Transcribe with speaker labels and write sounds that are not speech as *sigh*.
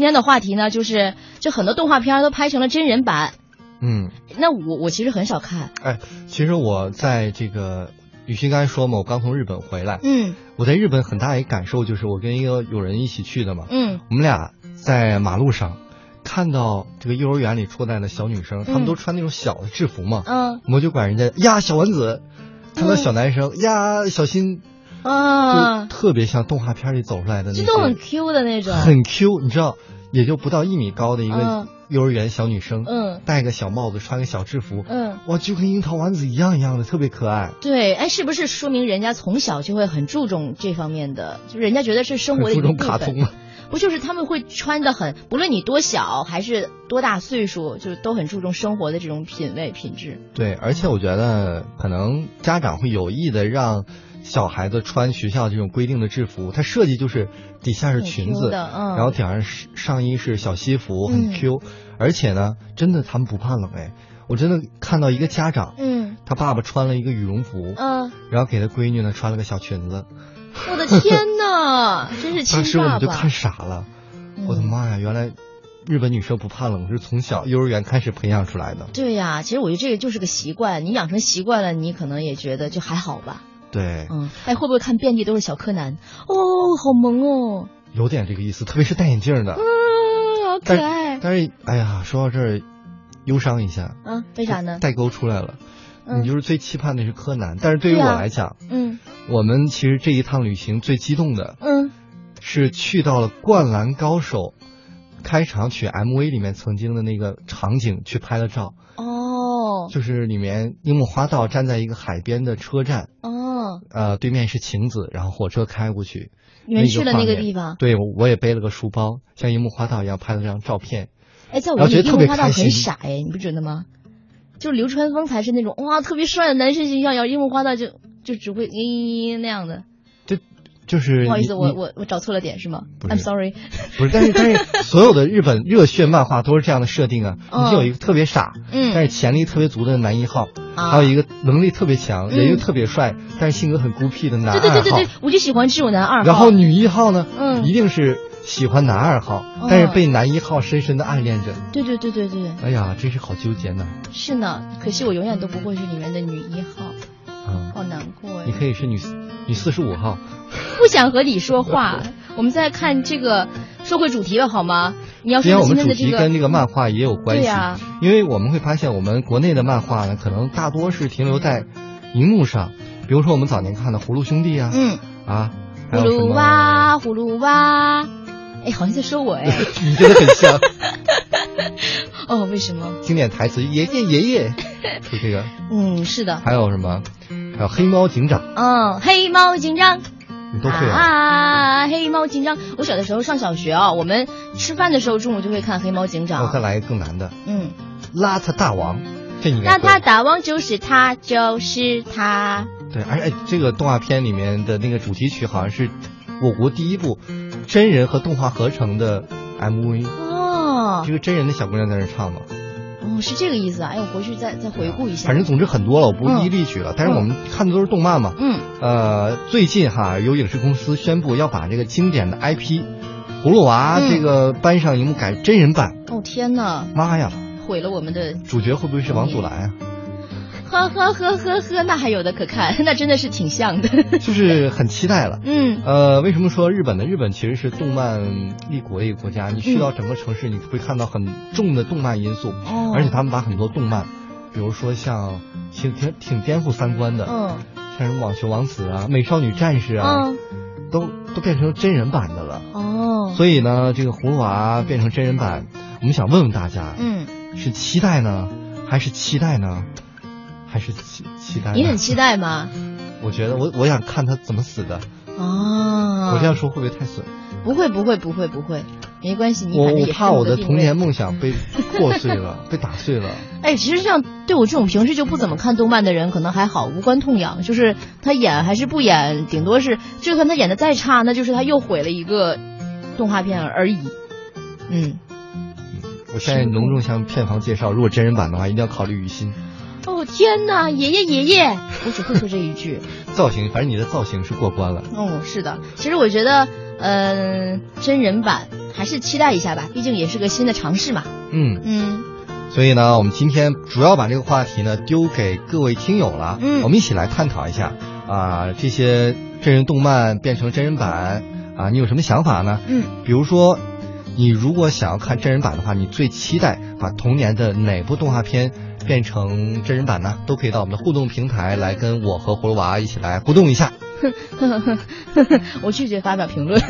Speaker 1: 今天的话题呢，就是这很多动画片儿都拍成了真人版。
Speaker 2: 嗯，
Speaker 1: 那我我其实很少看，
Speaker 2: 哎，其实我在这个，雨欣刚才说嘛，我刚从日本回来，
Speaker 1: 嗯
Speaker 2: 我在日本很大一感受就是，我跟一个友人一起去的嘛，
Speaker 1: 嗯
Speaker 2: 我们俩在马路上看到这个幼儿园里出来的小女生，她们
Speaker 1: 嗯
Speaker 2: 都穿那种小的制服嘛，
Speaker 1: 嗯
Speaker 2: 我们就管人家呀小丸子，看到小男生、呀小新，就
Speaker 1: 啊，
Speaker 2: 特别像动画片里走出来的那
Speaker 1: 这
Speaker 2: 些，
Speaker 1: 都很 Q 的那种，
Speaker 2: 嗯很 Q，你知道，也就不到一米高的一
Speaker 1: 嗯
Speaker 2: 个幼儿园小女生，
Speaker 1: 嗯
Speaker 2: 戴个小帽子，穿个小制服，
Speaker 1: 嗯，
Speaker 2: 哇，就跟樱桃丸子一样一样的，特别可爱。
Speaker 1: 对，哎，是不是说明人家从小就会很注重这方面的？就人家觉得是生活的一
Speaker 2: 注
Speaker 1: 个
Speaker 2: 重
Speaker 1: 部
Speaker 2: 卡
Speaker 1: 分
Speaker 2: 通，啊嘛，
Speaker 1: 不就是他们会穿的很，不论你多小还是多大岁数，就是都很注重生活的这种品味品质。
Speaker 2: 对，而且我觉得可能家长会有意的让小孩子穿学校这种规定的制服，它设计就是底下是裙
Speaker 1: 挺 Q
Speaker 2: 子，
Speaker 1: 的嗯
Speaker 2: 然后顶上是上衣是小西服，很
Speaker 1: 嗯
Speaker 2: Q，、而且呢，真的他们不怕冷哎，我真的看到一个家长，
Speaker 1: 嗯
Speaker 2: 他爸爸穿了一个羽绒服，
Speaker 1: 嗯，
Speaker 2: 然后给他闺女呢穿了个小裙子，
Speaker 1: 我的天呐，真是
Speaker 2: 当时
Speaker 1: 亲
Speaker 2: 我
Speaker 1: 爸
Speaker 2: 们就
Speaker 1: 爸
Speaker 2: 看，傻了，
Speaker 1: 嗯
Speaker 2: 我的妈呀，原来日本女生不怕冷是从小幼儿园开始培养出来的，
Speaker 1: 对呀、其实我觉得这个就是个习惯，你养成习惯了，你可能也觉得就还好吧。
Speaker 2: 对。
Speaker 1: 嗯，哎，会不会看遍地都是小柯南？哦，好萌哦，
Speaker 2: 有点这个意思，特别是戴眼镜的。
Speaker 1: 嗯，好可爱。
Speaker 2: 但是，哎呀，说到这儿，忧伤一下，
Speaker 1: 嗯，为啥呢？
Speaker 2: 代沟出来了。
Speaker 1: 嗯
Speaker 2: 你就是最期盼的是柯南，但是对于我
Speaker 1: 对啊
Speaker 2: 来讲，
Speaker 1: 嗯
Speaker 2: 我们其实这一趟旅行最激动的
Speaker 1: 嗯，
Speaker 2: 是去到了《灌篮高手》开场曲 MV 里面曾经的那个场景去拍了照，
Speaker 1: 哦
Speaker 2: 就是里面樱木花道站在一个海边的车站，
Speaker 1: 哦，
Speaker 2: 呃，对面是晴子，然后火车开过去，
Speaker 1: 你们去了那
Speaker 2: 画
Speaker 1: 个
Speaker 2: 面
Speaker 1: 地方？
Speaker 2: 对，我我也背了个书包，像樱木花道一样拍了张照片。
Speaker 1: 哎，在我
Speaker 2: 然后
Speaker 1: 眼里，
Speaker 2: 觉得
Speaker 1: 樱
Speaker 2: 特
Speaker 1: 木
Speaker 2: 别
Speaker 1: 花道
Speaker 2: 开
Speaker 1: 很
Speaker 2: 心
Speaker 1: 傻哎，你不觉得吗？就流川枫才是那种哇特别帅的男神形象，然后樱木花道就就只会嘤嘤嘤那样的。
Speaker 2: 就是
Speaker 1: 不好意思，
Speaker 2: 你
Speaker 1: 我
Speaker 2: 你
Speaker 1: 我我找错了点是吗
Speaker 2: 不是
Speaker 1: ？I'm sorry。
Speaker 2: 不是，但是但
Speaker 1: *laughs*
Speaker 2: 是所有的日本热血漫画都是这样的设定啊，
Speaker 1: 嗯
Speaker 2: 你就有一个特别傻，但
Speaker 1: 嗯，
Speaker 2: 是潜力特别足的男一号，
Speaker 1: 啊
Speaker 2: 还有一个能力特别强，
Speaker 1: 嗯
Speaker 2: 人又特别帅，但是性格很孤僻的男
Speaker 1: 啊对
Speaker 2: 二号，
Speaker 1: 对对对对，我就喜欢这种男二号。
Speaker 2: 然后女一号呢，
Speaker 1: 嗯
Speaker 2: 一定是喜欢男二号，但是被男一号深深的暗恋着，
Speaker 1: 对对对对对，
Speaker 2: 哎呀，真是好纠结呢，
Speaker 1: 是呢。可惜我永远都不会是里面的女一号，
Speaker 2: 啊、
Speaker 1: 好难过
Speaker 2: 你
Speaker 1: 呀。
Speaker 2: 可以是女女四十五号，
Speaker 1: 不想和你说话。我们再看这个，说回主题吧，好吗？你要
Speaker 2: 今天
Speaker 1: 说
Speaker 2: 我
Speaker 1: 今天
Speaker 2: 们主
Speaker 1: 的这
Speaker 2: 题
Speaker 1: 个
Speaker 2: 跟这个漫画也有关
Speaker 1: 对
Speaker 2: 系，
Speaker 1: 呀
Speaker 2: 因为我们会发现我们国内的漫画呢，可能大多是停留在荧幕上，比如说我们早年看的《葫芦兄弟》啊，
Speaker 1: 嗯，
Speaker 2: 啊，还
Speaker 1: 葫
Speaker 2: 有什
Speaker 1: 芦
Speaker 2: 么？
Speaker 1: 娃，葫芦娃。哎，好像在说我
Speaker 2: *laughs*
Speaker 1: 哎，
Speaker 2: 你真的很像
Speaker 1: 哦，为什么？
Speaker 2: 经典台词，爷爷
Speaker 1: *laughs*
Speaker 2: 爷爷，就这个，
Speaker 1: 嗯，是的，
Speaker 2: 还有什么？还有黑猫警长，
Speaker 1: 嗯，黑猫警长，
Speaker 2: 你都会啊？
Speaker 1: 啊，黑猫警长。我小的时候上小学啊，我们吃饭的时候中午就会看黑猫警
Speaker 2: 那我再
Speaker 1: 长。
Speaker 2: 来一个更难的，
Speaker 1: 嗯，
Speaker 2: 邋遢大王，这你应该
Speaker 1: 那他
Speaker 2: 会。
Speaker 1: 打王就是他，就是他。
Speaker 2: 对，而且这个动画片里面的那个主题曲好像是我国第一部真人和动画合成的 MV，
Speaker 1: 哦
Speaker 2: 这，个真人的小姑娘在那儿唱嘛。
Speaker 1: 哦，是这个意思啊！哎，我回去再再回顾一下。
Speaker 2: 反正总之很多了，我不一一例举了。但是我们看的都是动漫嘛。
Speaker 1: 嗯
Speaker 2: 呃，最近哈，有影视公司宣布要把这个经典的 IP《葫芦娃》
Speaker 1: 嗯
Speaker 2: 这个搬上荧幕改真人版。
Speaker 1: 哦天呐，
Speaker 2: 妈呀，
Speaker 1: 毁了我们的，
Speaker 2: 主角会不会是王祖蓝啊？
Speaker 1: 嗯 *laughs* 呵呵呵呵呵，那还有的可看， *laughs* 那真的是挺像的。
Speaker 2: 就是很期待了。
Speaker 1: 嗯，
Speaker 2: 呃，为什么说日本呢？日本其实是动漫立国的一个国家，你去到整个城市，你会看到很重的动漫因素，
Speaker 1: 哦，
Speaker 2: 而且他们把很多动漫，比如说像挺挺挺颠覆三观的，
Speaker 1: 嗯
Speaker 2: 像什么网球王子啊、美少女战士啊，
Speaker 1: 嗯
Speaker 2: 都都变成真人版的了。
Speaker 1: 哦，
Speaker 2: 所以呢，这个葫芦娃变成真人版，我们想问问大家，
Speaker 1: 嗯，
Speaker 2: 是期待呢，还是期待呢，还是期期待呢？
Speaker 1: 你很期待吗？
Speaker 2: 我觉得我我想看他怎么死的，
Speaker 1: 哦，
Speaker 2: 我这样说会不会太损？
Speaker 1: 不会不会不会不会，没关系，你
Speaker 2: 我
Speaker 1: 反正
Speaker 2: 我
Speaker 1: 也
Speaker 2: 怕
Speaker 1: 是
Speaker 2: 我的
Speaker 1: 定
Speaker 2: 童
Speaker 1: 位
Speaker 2: 年。梦
Speaker 1: *laughs*
Speaker 2: 想被破碎了，被打碎了。
Speaker 1: 哎，其实像对我这种平时就不怎么看动漫的人，可能还好，无关痛痒。就是他演还是不演，顶多是就算他演的再差，那就是他又毁了一个动画片而已。嗯，
Speaker 2: 我现在隆重向片方介绍，如果真人版的话，一定要考虑雨欣
Speaker 1: 哦天哪，爷爷爷爷，我只会说这一句。
Speaker 2: 造型，反正你的造型是过关了。
Speaker 1: 呃哦，是的，其实我觉得，嗯、真人版还是期待一下吧，毕竟也是个新的尝试嘛。
Speaker 2: 嗯，
Speaker 1: 嗯
Speaker 2: 所以呢，我们今天主要把这个话题呢丢给各位听友了，
Speaker 1: 嗯
Speaker 2: 我们一起来探讨一下啊、这些真人动漫变成真人版啊、你有什么想法呢？
Speaker 1: 嗯 *laughs*
Speaker 2: 比如说，你如果想要看真人版的话，你最期待把童年的哪部动画片变成真人版呢？都可以到我们的互动平台来跟我和葫芦娃一起来互动一下。
Speaker 1: 呵呵呵呵，我拒绝发表评论。